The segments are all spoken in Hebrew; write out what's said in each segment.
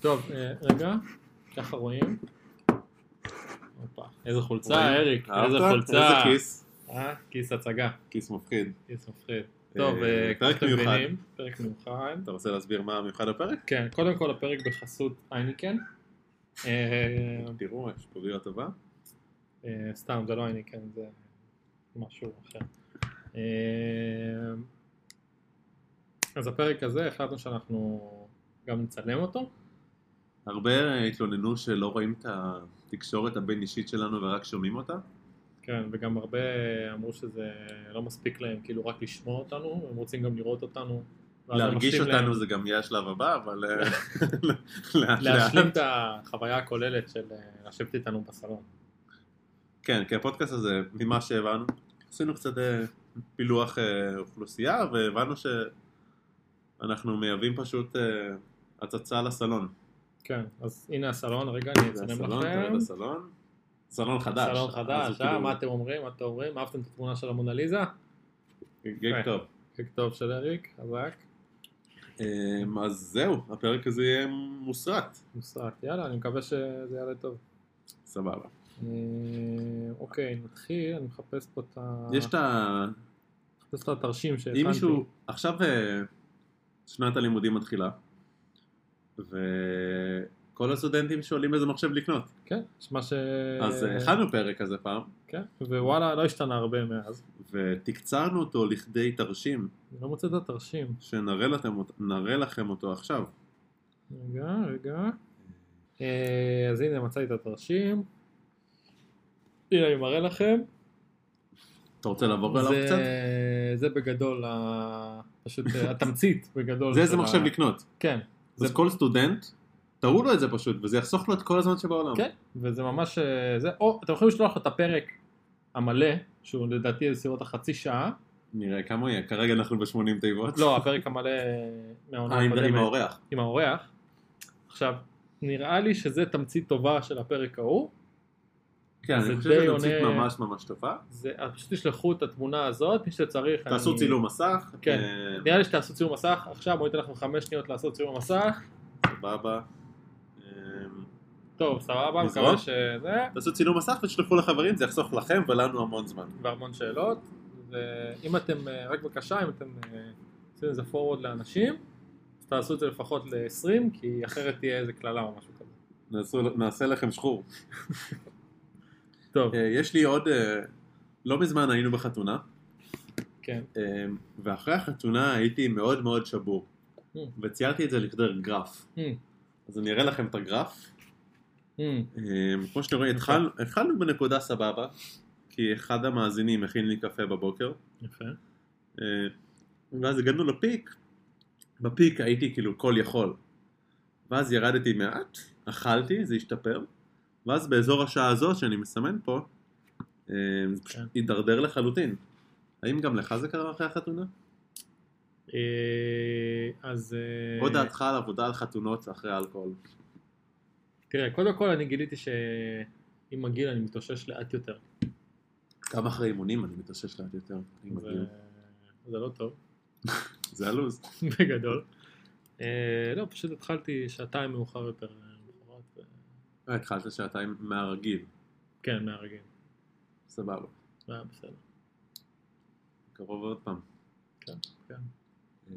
טוב, אה, רגע, ככה רואים. הופה, איזה חולצה, רואים? אריק, אהבת? איזה חולצה. איזה כיס, אה, כיס הצגה, כיס מפחיד. כיס מפחיד. טוב, אה, אה, כמו פרק שאתם מיוחד. מבינים, פרק מיוחד. אתה רוצה להסביר מה מיוחד הפרק? כן, קודם כל הפרק בחסות אייניקן. אה, תראו, יש פה בירה טובה. אה, סתם, זה לא אייניקן, זה משהו אחר. אה, אז הפרק הזה, החלטנו שאנחנו גם נצלם אותו. הרבה התלוננו שלא רואים את התקשורת הבין אישית שלנו ורק שומעים אותה. כן, וגם הרבה אמרו שזה לא מספיק להם, כאילו רק לשמוע אותנו, הם רוצים גם לראות אותנו. ואז זה להרגיש מקשיב להם אותנו זה גם יהיה השלב הבא, אבל אה, לאט להשלים לאט. את החוויה הכוללת של אה, לשבת איתנו בסלון. כן, כי הפודקאסט הזה, ממה שהבנו, עשינו קצת אה, פילוח אה, אוכלוסייה, והבנו שאנחנו מייבאים פשוט אה, הצצה לסלון. כן, אז הנה הסלון, רגע, אני זה אצלם הסלון, אתה לכם. רואה את הסלון? סלון חדש. סלון אז חדש, הוא אה? כאילו מה אתם אומרים? מה אתם אומרים? אהבתם את התמונה של המונליזה? גג טוב. חיק טוב של אריק, חזק. אמ, אז זהו, הפרק הזה יהיה מוסרט. מוסרט. יאללה, אני מקווה שזה יעלה טוב. סבבה. אה, אוקיי, נתחיל, אני מחפש פה את ה... יש את ה... מחפש את התרשים שהכנתי. אם מישהו... עכשיו אה, שנת הלימודים מתחילה, וכל הסטודנטים שואלים איזה מחשב לקנות. כן, יש מה ש... אז אה, הכנו פרק כזה פעם, כן, ווואלה, לא השתנה הרבה מאז. ותקצרנו אותו לכדי תרשים, אני לא מוצא את התרשים. שנראה לכם אותו- נראה לכם אותו עכשיו. רגע, רגע. אה, אז הנה מצאתי את התרשים. הנה אני מראה לכם. אתה רוצה לעבור עליו אה, זה- קצת? זה בגדול, ה- פשוט אה, התמצית בגדול. זה של איזה ה- מחשב לקנות. כן, אז זה- כל סטודנט, תראו לו את זה פשוט, וזה יחסוך לו את כל הזמן שבעולם. כן, וזה ממש, אה, זה, או אתם יכולים לשלוח לו את הפרק המלא, שהוא לדעתי בסביבות החצי שעה, נראה כמה הוא יהיה, כרגע אנחנו ב-80 תיבות. לא, הפרק המלא מהעונה אה, עם- עם הקודמת, האורח. עם האורח. עכשיו, נראה לי שזה תמצית טובה של הפרק ההוא, כן, זה אני חושב די שזו ציט עונה- ממש ממש טובה. זה, אז פשוט תשלחו את התמונה הזאת, מי שצריך, תעשו אני- צילום מסך. כן. אה, נראה לי שתעשו צילום מסך, עכשיו בואו ניתן לכם חמש שניות לעשות צילום מסך, סבבה. אה, טוב, סבבה, מקווה נזרוק? שזה, תעשו צילום מסך ותשלחו לחברים, זה יחסוך לכם ולנו המון זמן. והמון שאלות, ואם אתם, אה, רק בבקשה, אם אתם אה, עושים איזה forward לאנשים, אז תעשו את זה לפחות ל-20, כי אחרת תהיה איזה קללה או משהו כזה. נעשו- נעשה לכם שחור. טוב, אה, יש לי עוד... אה, לא מזמן היינו בחתונה, כן, אה, ואחרי החתונה הייתי מאוד מאוד שבור. Mm. וציירתי את זה לכדי גרף. Mm. אז אני אראה לכם את הגרף. אה, אמ, כמו שאתם רואים, התחל- התחלנו בנקודה סבבה, כי אחד המאזינים הכין לי קפה בבוקר, יפה, אה, ואז הגענו לפיק, בפיק הייתי כאילו כל יכול, ואז ירדתי מעט, אכלתי, זה השתפר, ואז באזור השעה הזו שאני מסמן פה, אה, זה פשוט כן. הידרדר לחלוטין. האם גם לך זה קרה אחרי החתונה? אה, אז אה, או דעתך על עבודה על חתונות אחרי אלכוהול? תראה, קודם כל אני גיליתי שעם הגיל אני מתאושש לאט יותר, גם אחרי אימונים אני מתאושש לאט יותר. אני זה- מגיע. זה לא טוב. זה הלו"ז. בגדול. אה, לא, פשוט התחלתי שעתיים מאוחר יותר אה, למחרת. אה, אה, התחלת שעתיים מהרגיל, כן, מהרגיל. סבבה. היה בסדר. קרוב עוד פעם. כן, כן. אה,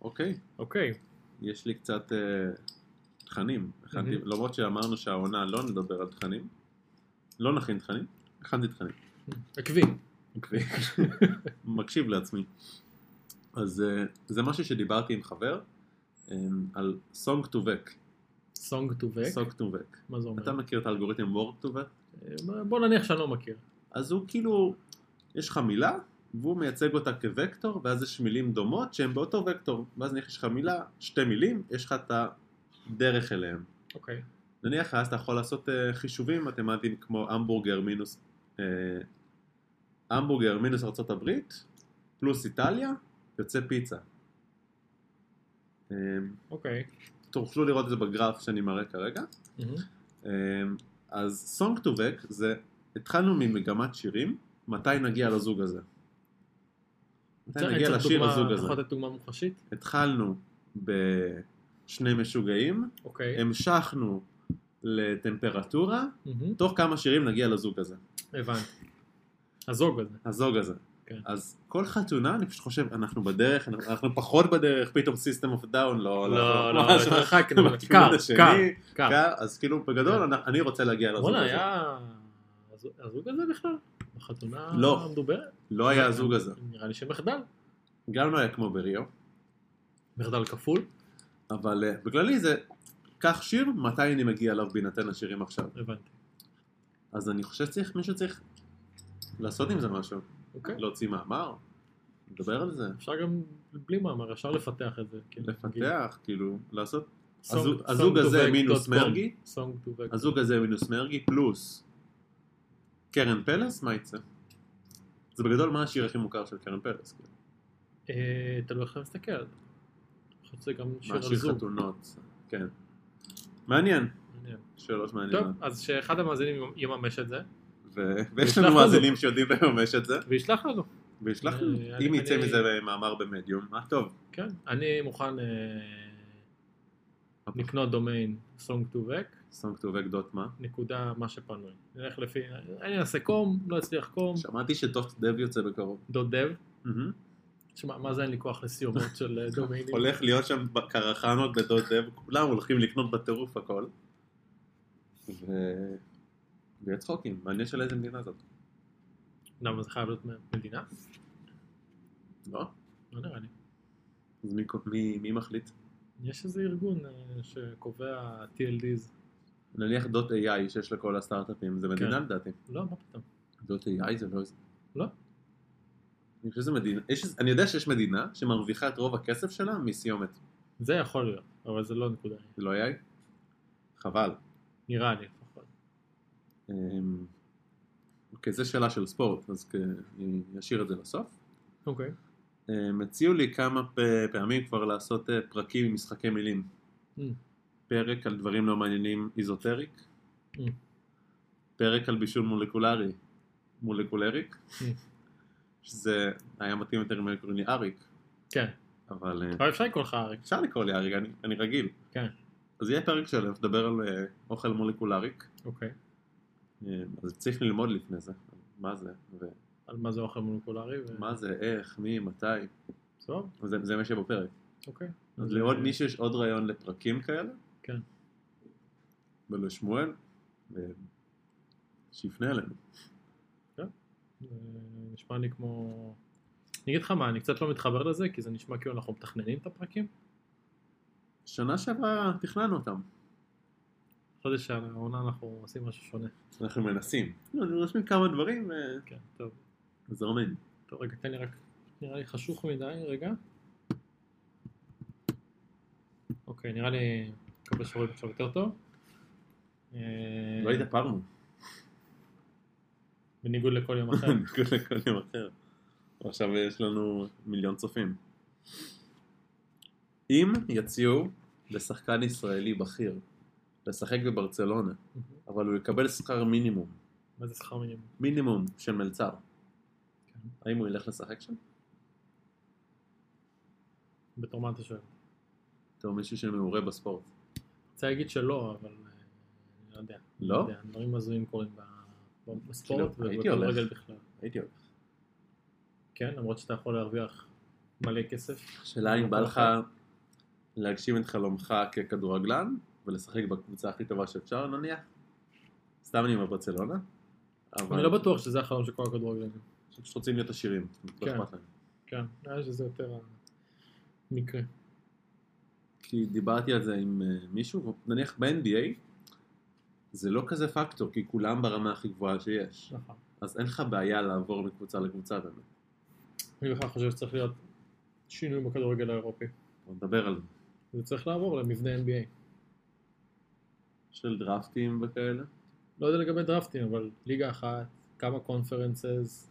אוקיי, אוקיי, יש לי קצת אה, תכנים. הכנתי, מהמם. למרות שאמרנו שהעונה לא נדבר על תכנים, לא נכין תכנים, הכנתי תכנים. עקבי. מקשיב לעצמי. אז אה, זה משהו שדיברתי עם חבר, אה, על song to vec. סונג טו וק. song to vec. מה זה אומר? אתה מכיר את האלגוריתם word to vec? אה, בוא נניח שאני לא מכיר. אז הוא כאילו, יש לך מילה, והוא מייצג אותה כווקטור, ואז יש מילים דומות שהן באותו וקטור. ואז נניח יש לך מילה, שתי מילים, יש לך את הדרך אליהם. אוקיי. נניח אז אתה יכול לעשות אה, חישובים מתמטיים כמו המבורגר מינוס, אה, המבורגר מינוס ארה"ב, פלוס איטליה, יוצא פיצה. אה, אוקיי. תוכלו לראות את זה בגרף שאני מראה כרגע. מהמם. אמ, אז Song to Vec זה, התחלנו ממגמת שירים, מתי נגיע לזוג הזה? מתי צריך- נגיע צריך לשיר דוגמה- הזוג אתה הזה? יכול לתת דוגמה מוחשית? התחלנו ב... שני משוגעים, אוקיי. המשכנו לטמפרטורה, מהמם. תוך כמה שירים נגיע לזוג הזה, הבנתי. הזוג הזה. הזוג הזה. כן. אז כל חתונה, אני פשוט חושב, אנחנו בדרך, אנחנו- אנחנו פחות בדרך, פתאום סיסטם אוף דאון, לא, לא, לא, ממש לא. התרחקנו. בכיוון קר, השני, קר, קר. קר, אז כאילו, בגדול, אני- אני רוצה להגיע לזוג בואנה, הזה. היה הזוג- הזוג הזה בכלל? בחתונה לא. המדוברת? לא היה הזוג הזה. נראה לי שמחדל. גם לא היה כמו בריו, מחדל כפול. אבל אה, בכללי זה, קח שיר, מתי אני מגיע אליו בהינתן השירים עכשיו. הבנתי. אז אני חושב שצריך, מישהו צריך לעשות עם זה משהו. אוקיי. להוציא מאמר, לדבר על זה, אפשר גם בלי מאמר, אפשר לפתח את זה. כאילו, נגיד, לפתח, כאילו, לעשות. song- הזוג- song הזוג to הזה back מינוס dot com. מרגי, song to back. הזוג הזה מינוס מרגי, פלוס קרן פלס, מה יצא? זה בגדול מה השיר הכי מוכר של קרן פלס, כאילו. אה, תלוי איך אתה מסתכל. אני חושב שזה גם שיר מה על השיר זוג. חתונות, כן. מעניין, מעניין. שאלות מעניינות. טוב, אז שאחד המאזינים יממש את זה, ו- ויש וישלח לנו לנו. מאזינים שיודעים לממש את זה, וישלח לנו. וישלח לנו, אה, אם אני- יצא אני- מזה מאמר במדיום, מה טוב. כן, אני מוכן אה, אוקיי. לקנות דומיין song to back, סונג טו וג דוט מה? נקודה מה שפנוי. נלך לפי, אני אעשה קום, לא אצליח קום, שמעתי שדוט דב יוצא בקרוב. דוד דב. מהמם. שמע, מה זה אין לי כוח לסיומות של אה, דומיינים? הולך להיות שם קרחנות בדוד דב, כולם הולכים לקנות בטירוף הכל. ו... ויהיה צחוקים, מעניין של איזה מדינה זאת. למה זה חייב להיות מדינה? לא? לא נראה לי. אז מי, קו- מי, מי מחליט? יש איזה ארגון אה, שקובע TLDs. נניח דוט AI שיש לכל הסטארט-אפים, זה מדינה כן. לדעתי. לא, מה פתאום. דוט AI זה לא איזה... לא. אני חושב שזה מדינה, יש, איזה- אני יודע שיש מדינה שמרוויחה את רוב הכסף שלה מסיומת. זה יכול להיות, אבל זה לא נקודה. זה לא AI? חבל. נראה לי לפחות. אמ, אוקיי, זו שאלה של ספורט, אז כ- אני אשאיר את זה לסוף. אוקיי. הם הציעו לי כמה פ- פעמים כבר לעשות אה, פרקים עם משחקי מילים. Mm. פרק על דברים לא מעניינים איזוטריק, Mm. פרק על בישול מולקולרי, מולקולריק, Mm. שזה היה מתאים יותר אם היו קוראים לי אריק, כן. אבל אה, אבל אפשר לקרוא לך אריק. אפשר לקרוא לי אריק, אני- אני רגיל. כן. אז יהיה פרק שלם, שתדבר על אה, אוכל מולקולריק, אוקיי. אה, אז צריך ללמוד לפני זה, מה זה, ומה על מה זה אוכל מונוקולרי. ו- זה, איך, מי, מתי, טוב, זה זה מה שיהיה בפרק. אוקיי. אז לעוד מישהו יש עוד רעיון לפרקים כאלה? כן. ולשמואל? אה, שיפנה אלינו. זה אה, נשמע לי כמו... אני אגיד לך מה, אני קצת לא מתחבר לזה, כי זה נשמע כאילו אנחנו מתכננים את הפרקים. שנה שעברה תכננו אותם. חודש העונה אנחנו עושים משהו שונה. אנחנו מנסים. לא, אנחנו רושמים כמה דברים אה, לא כן, טוב. זורמים. טוב, רגע, תן לי רק... נראה לי חשוך מדי, רגע. אוקיי, נראה לי... מקווה שרואים עכשיו יותר טוב. אה, לא התאפרנו. בניגוד לכל יום אחר. בניגוד לכל יום אחר. עכשיו יש לנו מיליון צופים. אם יציעו לשחקן ישראלי בכיר לשחק בברצלונה, אבל הוא יקבל שכר מינימום, מה זה שכר מינימום? מינימום של מלצר, כן. האם הוא ילך לשחק שם? בתור מה אתה שואל? בתור מישהו שמעורה בספורט. רוצה להגיד שלא, אבל אה, אני לא יודע. לא? יודע, דברים הזויים קורים ב- בספורט כאילו, הייתי ובכדורגל הולך. בכלל. הייתי הולך. כן, למרות שאתה יכול להרוויח מלא כסף. השאלה אם בא לך להגשים את חלומך ככדורגלן ולשחק בקבוצה הכי טובה שאפשר נניח? סתם אני אומר ברצלונה? אבל אני לא בטוח שזה החלום של כל הכדורגלנים. פשוט רוצים להיות עשירים. לא כן. אכפת להם. כן, נראה לי שזה יותר המקרה. כי דיברתי על זה עם אה, מישהו, נניח ב-NBA זה לא כזה פקטור, כי כולם ברמה הכי גבוהה שיש. נכון. אז אין לך בעיה לעבור מקבוצה לקבוצה באמת. אני בכלל חושב שצריך להיות שינוי בכדורגל האירופי. בוא נדבר על זה. זה צריך לעבור למבנה NBA. של דרפטים וכאלה. לא יודע לגבי דרפטים, אבל ליגה אחת, כמה קונפרנסס,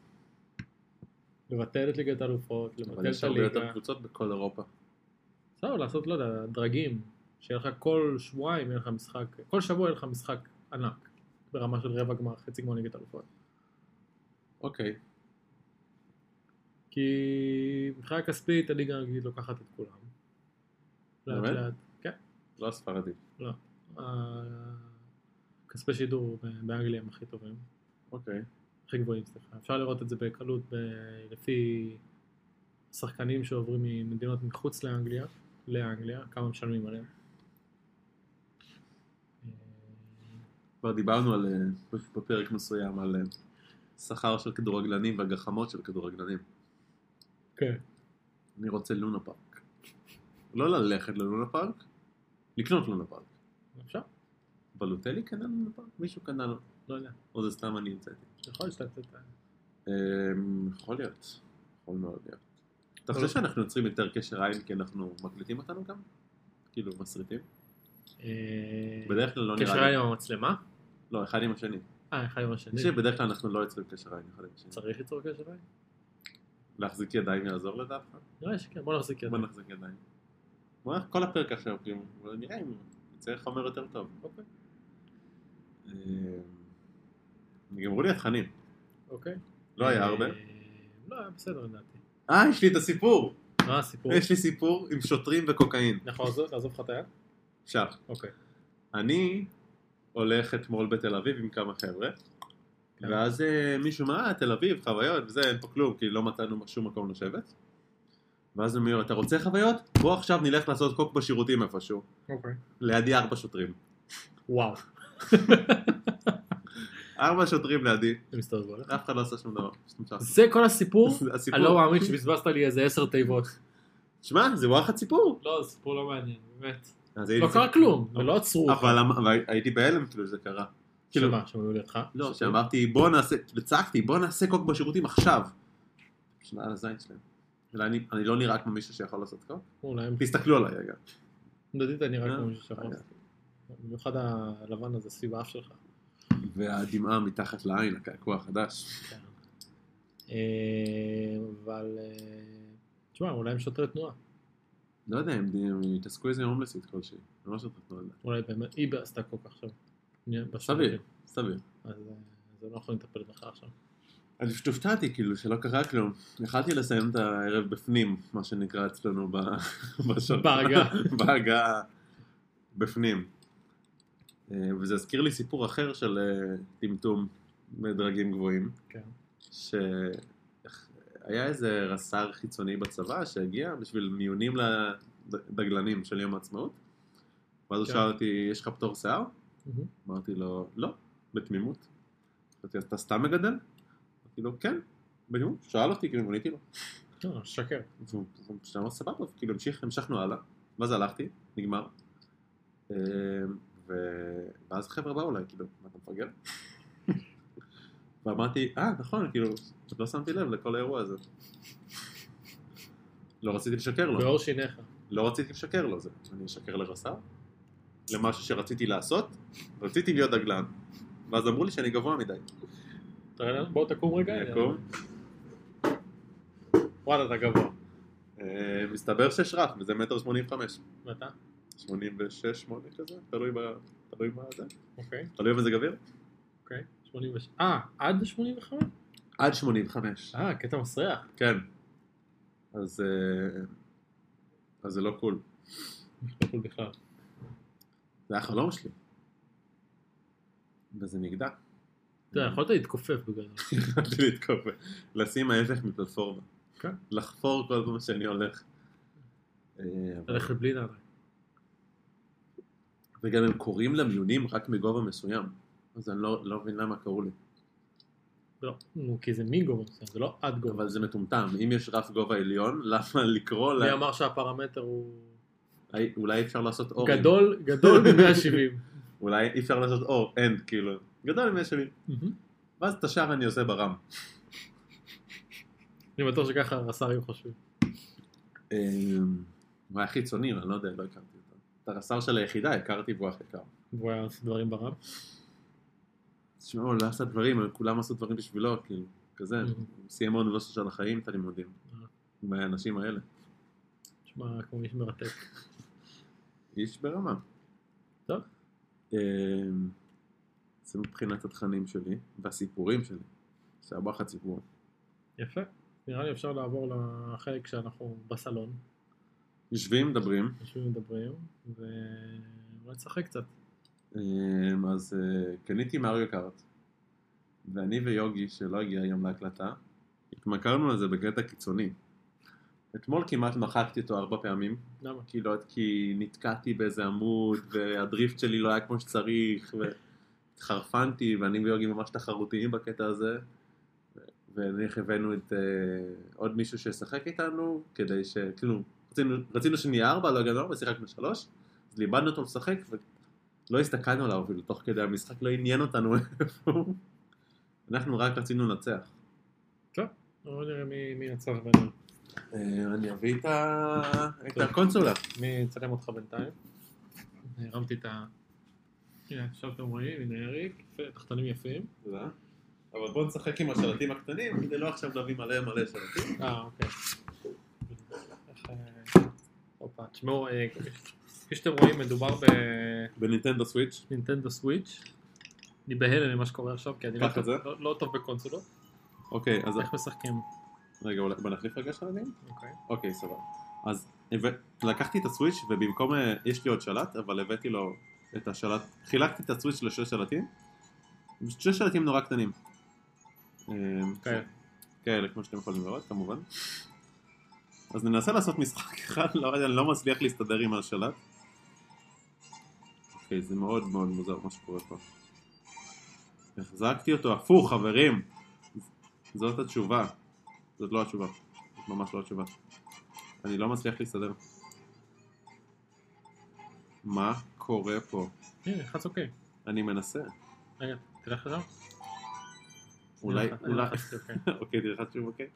לבטל את ליגת האלופות, אבל לבטל יש את הרבה הליגה. יותר קבוצות בכל אירופה. בסדר, לעשות, לא יודע, דרגים, שיהיה לך כל שבועיים, יהיה לך משחק, כל שבוע יהיה לך משחק ענק, ברמה של רבע גמר, חצי גמר ליגת אלופות. אוקיי, כי מבחינה כספית הליגה הרגיעית לוקחת את כולם. לאט באמת? לאט. כן, לא הספרדית. כספי שידור באנגליה הם הכי טובים, אוקיי. הכי גבוהים סליחה. אפשר לראות את זה בקלות ב- לפי שחקנים שעוברים ממדינות מחוץ לאנגליה, לאנגליה, כמה משלמים עליהם. אה, כבר דיברנו על, אה, בפרק מסוים על אה, שכר של כדורגלנים והגחמות של כדורגלנים. כן. אני רוצה לונה פארק. לא ללכת ללונה פארק, לקנות לונה פארק. אפשר? בלוטלי קנה לונה פארק? מישהו קנה לו? לא יודע. או זה סתם אני המצאתי. יכול להיות שאתה אתה- אמ, יכול להיות. יכול מאוד להיות. אתה חושב שאנחנו יוצרים יותר קשר עין כי אנחנו מקליטים אותנו גם? כאילו מסריטים? אה, בדרך כלל לא קשר נראה לי. עם המצלמה? לא, אחד עם השני. אה, אחד עם השני. אני חושב שבדרך כלל אנחנו לא יוצרים קשר עין אחד עם השני. צריך ליצור קשר עין? להחזיק ידיים יעזור לדעתך? נראה לי שכן, בוא נחזיק יד. בוא נחזיק ידיים. בוא נלך כל הפרק עכשיו, כאילו, אבל נראה אם נצא חומר יותר טוב. אוקיי. אה, נגמרו לי התכנים, אוקיי. לא היה אה, הרבה. לא, היה בסדר לדעתי. אה, יש לי את הסיפור! מה הסיפור? יש לי סיפור עם שוטרים וקוקאין. אנחנו נעזוב נעזוב לך את היד? עכשיו, אוקיי. אני הולך אתמול בתל אביב עם כמה חבר'ה, כן. ואז אה, מישהו אמר, "אה, תל אביב, חוויות, וזה, אין פה כלום, כי לא מצאנו שום מקום לשבת. ואז הם אמרו, אתה רוצה חוויות? בוא עכשיו נלך לעשות קוק בשירותים איפשהו. אוקיי. לידי ארבע שוטרים. וואו. ארבע שוטרים לידי, זה מסתובב עליך. אף אחד לא עשה שום דבר. שום דבר. זה כל הסיפור? הסיפור- אני לא מאמין שבזבזת לי איזה עשר תיבות. שמע, זה וואחד סיפור. לא, זה סיפור לא מעניין, באמת. אז לא הייתי- קרה כלום, ולא עצרו אותך. אבל אמ- אבל הייתי בהלם כאילו זה קרה. כאילו- שמה, שמעו לידך? לא, שאמרתי בוא נעשה, וצעקתי בוא נעשה קוק בשירותים עכשיו. שנה על הזין שלהם. ואני אני לא נראה כמו מישהו שיכול לעשות קוק. אולי הם תסתכלו עליי רגע. דודית נראה אה, כמו מישהו שיכול. רגע. במיוחד הלבן הזה סביב האף שלך. והדמעה מתחת לעין, הקעקוע החדש. כן. אה, אבל... אה, תשמע, אולי הם שוטרי תנועה. לא יודע, הם הם התעסקו איזה הומלסית כלשהי. הם לא שותפו על זה. אולי באמת, היא עשתה כל כך עכשיו. סביר, סביר. אז אה, אז הם לא יכולים לטפל בך עכשיו. אני פשוט הופתעתי כאילו שלא קרה כלום. יכלתי לסיים את הערב בפנים, מה שנקרא אצלנו ב... בשבת. בהגעה. בהגעה בפנים. אה, וזה הזכיר לי סיפור אחר של אה, טמטום בדרגים גבוהים. כן. שהיה איזה רס"ר חיצוני בצבא שהגיע בשביל מיונים לדגלנים של יום העצמאות. ואז הוא כן. שאל אותי, יש לך פטור שיער? מהמם. אמרתי לו, לא, בתמימות. אמרתי, אז אתה סתם מגדל? אמרתי לו, כן, בתמימות. שאל אותי, כאילו, עניתי לו. לא, שקר. והוא והוא פשוט אמר, סבבה, כאילו, המשיך, המשכנו הלאה. ואז הלכתי, נגמר. אה, ו- ואז החבר'ה באו אליי, כאילו, מה אתה מפגר? ואמרתי, אה, נכון, כאילו, לא שמתי לב לכל האירוע הזה. לא רציתי לשקר לו. באור שיניך. לא רציתי לשקר לו, זה, אני אשקר לרס"ר? למשהו שרציתי לעשות? רציתי להיות דגלן. ואז אמרו לי שאני גבוה מדי. תראה לנו, בוא תקום רגע. אני אקום. וואלה, אתה גבוה. אה, מסתבר שיש רף, וזה מטר שמונים וחמש. ואתה? שמונים ושש, שמונה כזה, תלוי ב... תלוי מה זה. אוקיי, תלוי במזג אוויר. אוקיי. 86. אה, עד 85? עד שמונים וחמש. אה, קטע מסריח. כן. אז... אה, אז זה לא קול. לא קול בכלל. זה היה חלום שלי. וזה נגדע. כן, אתה נכון. יודע, יכולת להתכופף בגלל זה. התחלתי להתכופף. לשים ההפך מפלטפורמה. כן. לחפור כל פעם שאני הולך. אה, אבל- ללכת בלי נעליים. וגם הם קוראים למיונים רק מגובה מסוים. אז אני לא לא מבין למה קראו לי. לא, נו, כי זה מגובה מסוים, זה לא עד גובה. אבל זה מטומטם. אם יש רף גובה עליון, למה לקרוא ל... מי אמר שהפרמטר הוא אי- אולי אפשר לעשות אור. גדול, גדול ב-170. אולי אי אפשר לעשות אור, אין, כאילו. גדול מ שלי. ואז את השאר אני עושה ברם. אני בטוח שככה השרים חושבים. אה, הוא היה חיצוני, אני לא יודע, לא הכרתי אותו. את הרס"ר של היחידה הכרתי והוא הכי יקר. והוא היה עושה דברים ברם. תשמעו, הוא לא עשה דברים, אבל כולם עשו דברים בשבילו, כאילו, כזה. Mm. הוא סיים האוניברסיטה של החיים את הלימודים. אה. מהאנשים האלה. נשמע כמו איש מרתק. איש ברמה. טוב. אה, זה מבחינת התכנים שלי, והסיפורים שלי. זה הבחת סיפור. יפה. נראה לי אפשר לעבור לחלק שאנחנו בסלון. יושבים, מדברים, יושבים ומדברים, ו... נשחק קצת. אמ, אז אה, קניתי מריו קארט, ואני ויוגי, שלא הגיע היום להקלטה, התמכרנו לזה בקטע קיצוני. אתמול כמעט מחקתי אותו ארבע פעמים, למה? כי, לא, כי נתקעתי באיזה עמוד, והדריפט שלי לא היה כמו שצריך, והתחרפנתי, ואני ויוגי ממש תחרותיים בקטע הזה, ונניח הבאנו את אה, עוד מישהו שישחק איתנו, כדי ש... כאילו, רצינו, רצינו שנהיה ארבע, לא הגענו ארבע, שיחקנו שלוש, אז לימדנו אותו לשחק, ולא הסתכלנו עליו אפילו, תוך כדי המשחק לא עניין אותנו איפה הוא. אנחנו רק רצינו לנצח. בוא נראה מי- מי ינצח בינינו. אה, אני אביא את ה- את הקונסולה. מי יצלם אותך בינתיים? אני הרמתי את ה... הנה, עכשיו אתם רואים, הנה אריק, יפה, תחתונים יפים. תודה. אבל בוא נשחק עם השלטים הקטנים, כדי לא עכשיו להביא מלא מלא שלטים. אה, אוקיי. איך, אה, הופה, תשמעו, אה, כפי שאתם רואים מדובר בנינטנדו סוויץ'. בנינטנדו סוויץ'. אני בהלם ממה שקורה עכשיו, כי אני לא ככה טוב- זה? לא- לא טוב בקונסולות. אוקיי, אז איך משחקים? רגע, אולי- בוא נחליף רגע שלטים? אוקיי. אוקיי, סבבה. אז הבא- לקחתי את הסוויץ' ובמקום, אה, יש לי עוד שלט, אבל הבאתי לו את השלט, חילקתי את הסוויץ' לשש שלטים. שש שלטים נורא קטנים. אה, כאלה. כאלה, כמו שאתם יכולים לראות, כמובן. אז ננסה לעשות משחק אחד, לא, אני לא מצליח להסתדר עם השלט. אוקיי, זה מאוד מאוד מוזר מה שקורה פה. החזקתי אותו הפוך, חברים! זאת התשובה. זאת לא התשובה. זאת ממש לא התשובה. אני לא מצליח להסתדר. מה קורה פה? הנה, לחץ אוקיי. אני מנסה. רגע, תלך לשם? אולי, אני אולי... לחצתי, אוקיי. אוקיי, תלחץ שוב אוקיי.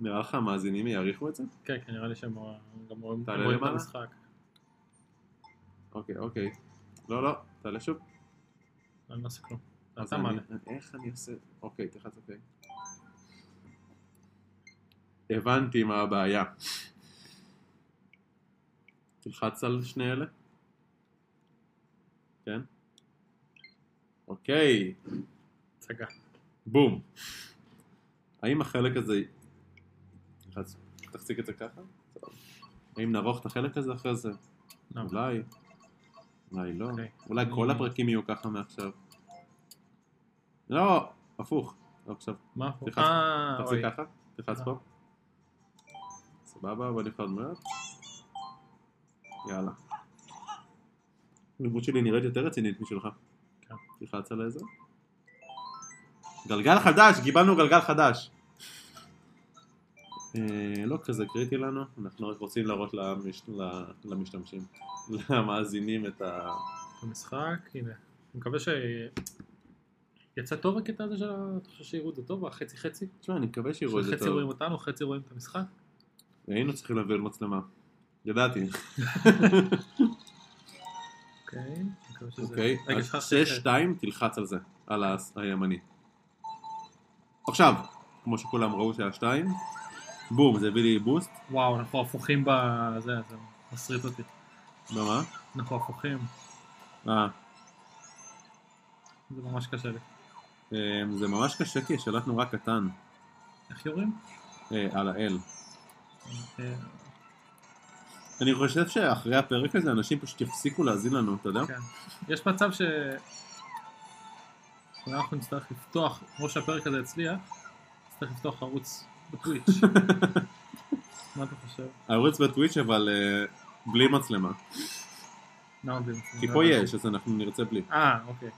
נראה לך המאזינים יעריכו את זה? כן, כן, נראה לי שהם גם רואים תעלה הם רואים את למעלה? המשחק. אוקיי, אוקיי. לא, לא, תעלה שוב. אני לא עושה כלום. אז אתה אני- מעלה. איך אני עושה? אוקיי, תלחץ אוקיי. הבנתי מה הבעיה. תלחץ על שני אלה. כן? אוקיי, הצגה. בום. האם החלק הזה... תלחץ, תחזיק את זה ככה? סבבה. האם נערוך את החלק הזה אחרי זה? לא. אולי, אולי לא, אוקיי. אולי כל אני- הפרקים יהיו ככה מעכשיו. לא, הפוך, לא עכשיו, מה? פה? תלחץ- אה, תחזיק אוי. ככה, תלחץ פה. סבבה, בוא נבחר דמויות. יאללה. הדמות שלי נראית יותר רצינית משלך. כן. תלחץ על איזה. גלגל חדש, קיבלנו גלגל חדש. אה, לא כזה קריטי לנו, אנחנו רק רוצים להראות למש- ל- למשתמשים, למאזינים את ה... המשחק, הנה. אני מקווה ש... יצא טוב הקטע הזה של ה... אתה חושב שיראו את זה טוב? החצי חצי? תשמע, אני מקווה שיראו את זה חצי טוב. רואים אותנו, חצי רואים את המשחק? היינו צריכים להביא עוד מצלמה. ידעתי. אוקיי. אני מקווה שזה- אוקיי, רגע, אז שכחתי שש, ש- שתיים, תלחץ על זה, על ה- הימני. עכשיו, כמו שכולם ראו שהיה שתיים, בום, זה הביא לי בוסט, וואו, אנחנו הפוכים בזה, זה מסריט אותי. במה? אנחנו הפוכים. אה, זה ממש קשה לי. אמ, זה ממש קשה כי השלט נורא קטן, איך יורים? אה, על האל. אה, אני חושב שאחרי הפרק הזה אנשים פשוט יפסיקו להאזין לנו, אתה יודע? כן. יש מצב ש... אולי אנחנו נצטרך לפתוח, כמו שהפרק הזה הצליח, נצטרך לפתוח ערוץ בטוויץ'. מה אתה חושב? הערוץ בטוויץ' אבל אה, בלי מצלמה, נאודים. כי פה יש, אז אנחנו נרצה בלי. לא אה, אוקיי.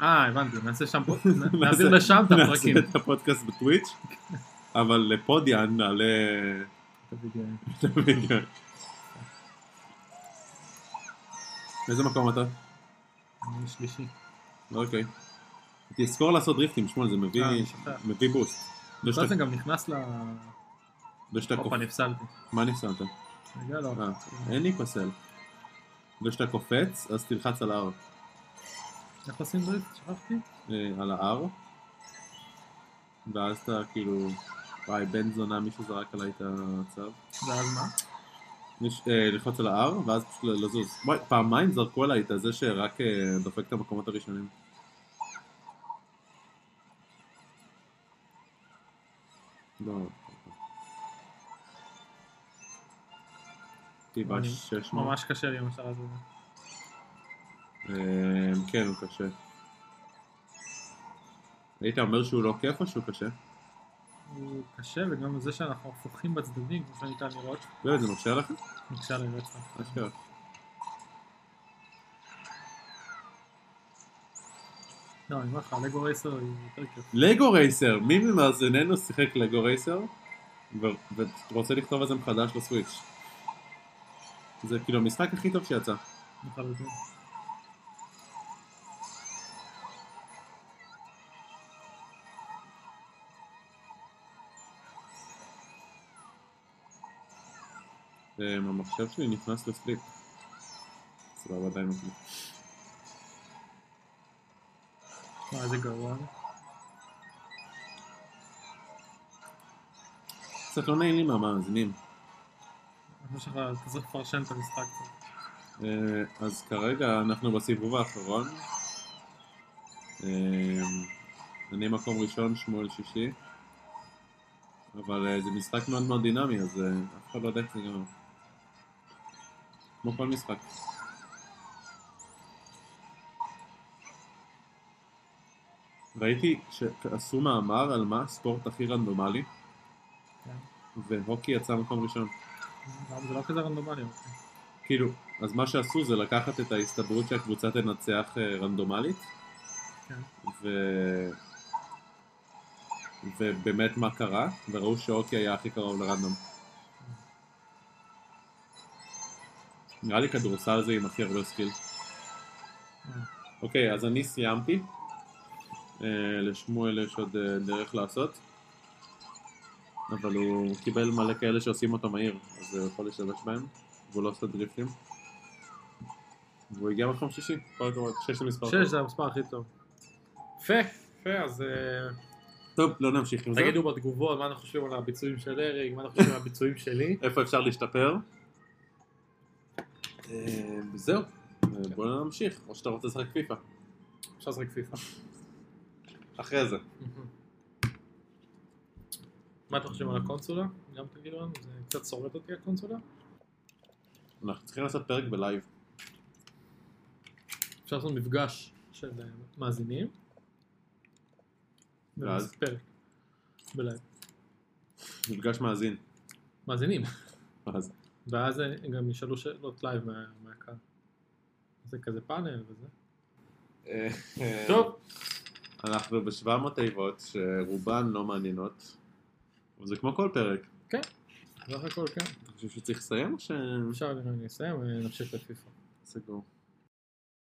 אה, הבנתי, נעשה שם, פוד- נ- נעשה- נעביר לשם את נעשה הפרקים. את הפודקאסט בטוויץ', אבל לפודיה נעלה את הווידאו. את הוידאו. איזה מקום אתה? אני שלישי. אוקיי. תזכור לעשות דריפטים, שמואל, זה מביא- אה, אני שוכח. מביא בוסט. זה ואז שאתה- זה גם נכנס ל... זה שאתה הופה, קופץ. נפסלתי. מה נפסלת? רגע, לא. אה, אין לי פסל. וכשאתה קופץ, אז תלחץ על ה-R. איך עושים דריפט? שכחתי? אה, על ה-R. ואז אתה כאילו... וואי, בן זונה, מישהו זרק עליי את הצו. ואז מה? יש, אה, ללחוץ על ה-R, ואז פשוט לזוז. וואי, פעמיים זרקו עליי את הזה שרק אה, דופק את המקומות הראשונים. לא. הייתי אני- ב-600. ממש קשה לי עם השאלה הזאת. כן, הוא קשה. היית אומר שהוא לא כיף או שהוא קשה? הוא קשה, וגם זה שאנחנו הפוכים בצדדים, כמו שניתן לראות, באמת, לא, זה מפריע לך? נקשה לי רצח. אשכרה. לא, אני אומר לך, לגו רייסר היא יותר כיף. לגו רייסר, מי ממאזיננו שיחק לגו רייסר ו- ורוצה לכתוב את זה מחדש לסוויץ'. זה כאילו המשחק הכי טוב שיצא. לחלוטין. אה, המחשב שלי נכנס לסליפ. סבבה, עדיין מקליט. מה, איזה גרוע. זה. קצת לא נעים לי מהמאזינים. אני חושב שאתה אתה צריך לפרשן את המשחק פה. אה, אז כרגע אנחנו בסיבוב האחרון. אה, אני מקום ראשון, שמואל שישי. אבל אה, זה משחק מאוד מאוד דינמי, אז אה, אף אחד לא יודע איך זה ייגמר. כמו כל משחק. ראיתי שעשו מאמר על מה הספורט הכי רנדומלי, כן. והוקי יצא מקום ראשון. למה זה לא כזה רנדומלי. אוקיי. כאילו, אז מה שעשו זה לקחת את ההסתברות שהקבוצה תנצח אה, רנדומלית, כן. ו... ובאמת מה קרה, וראו שאוקי היה הכי קרוב לרנדום. נראה לי כדורסל זה עם הכי הרבה סקיל. אה, אוקיי, אז אני סיימתי. אה, לשמואל יש עוד אה, דרך לעשות. אבל הוא קיבל מלא כאלה שעושים אותו מהיר, אז הוא יכול להשתמש בהם, והוא לא עושה דריפטים. והוא הגיע מקום שישי, כל הכבוד, שש למספר. שש זה המספר הכי טוב. אוקיי. יפה, יפה, אז אה, טוב, לא נמשיך עם זה. תגידו בתגובות מה אנחנו חושבים על הביצועים של אריק, מה אנחנו חושבים על הביצועים שלי. איפה אפשר להשתפר? אה, זהו, אה, בואו נמשיך, או שאתה רוצה לשחק פיפא. אפשר לשחק פיפא. אחרי זה. מה אתם חושבים על הקונסולה? גם תגידו לנו, זה קצת שורט אותי הקונסולה. אנחנו צריכים לעשות פרק בלייב. אפשר לעשות מפגש של אה, מאזינים. ואז? ונעשה פרק. בלייב. מפגש מאזין. מאזינים. אז ואז אה, גם ישאלו שאלות לייב מה- מהקהל. זה כזה פאנל וזה. אה, אה, טוב. אנחנו ב-700 תיבות שרובן לא מעניינות. אבל זה כמו כל פרק. בסך הכל כן. אני חושב שצריך לסיים או ש... אפשר, אני אסיים ונמשיך לפיפ"א. סגור.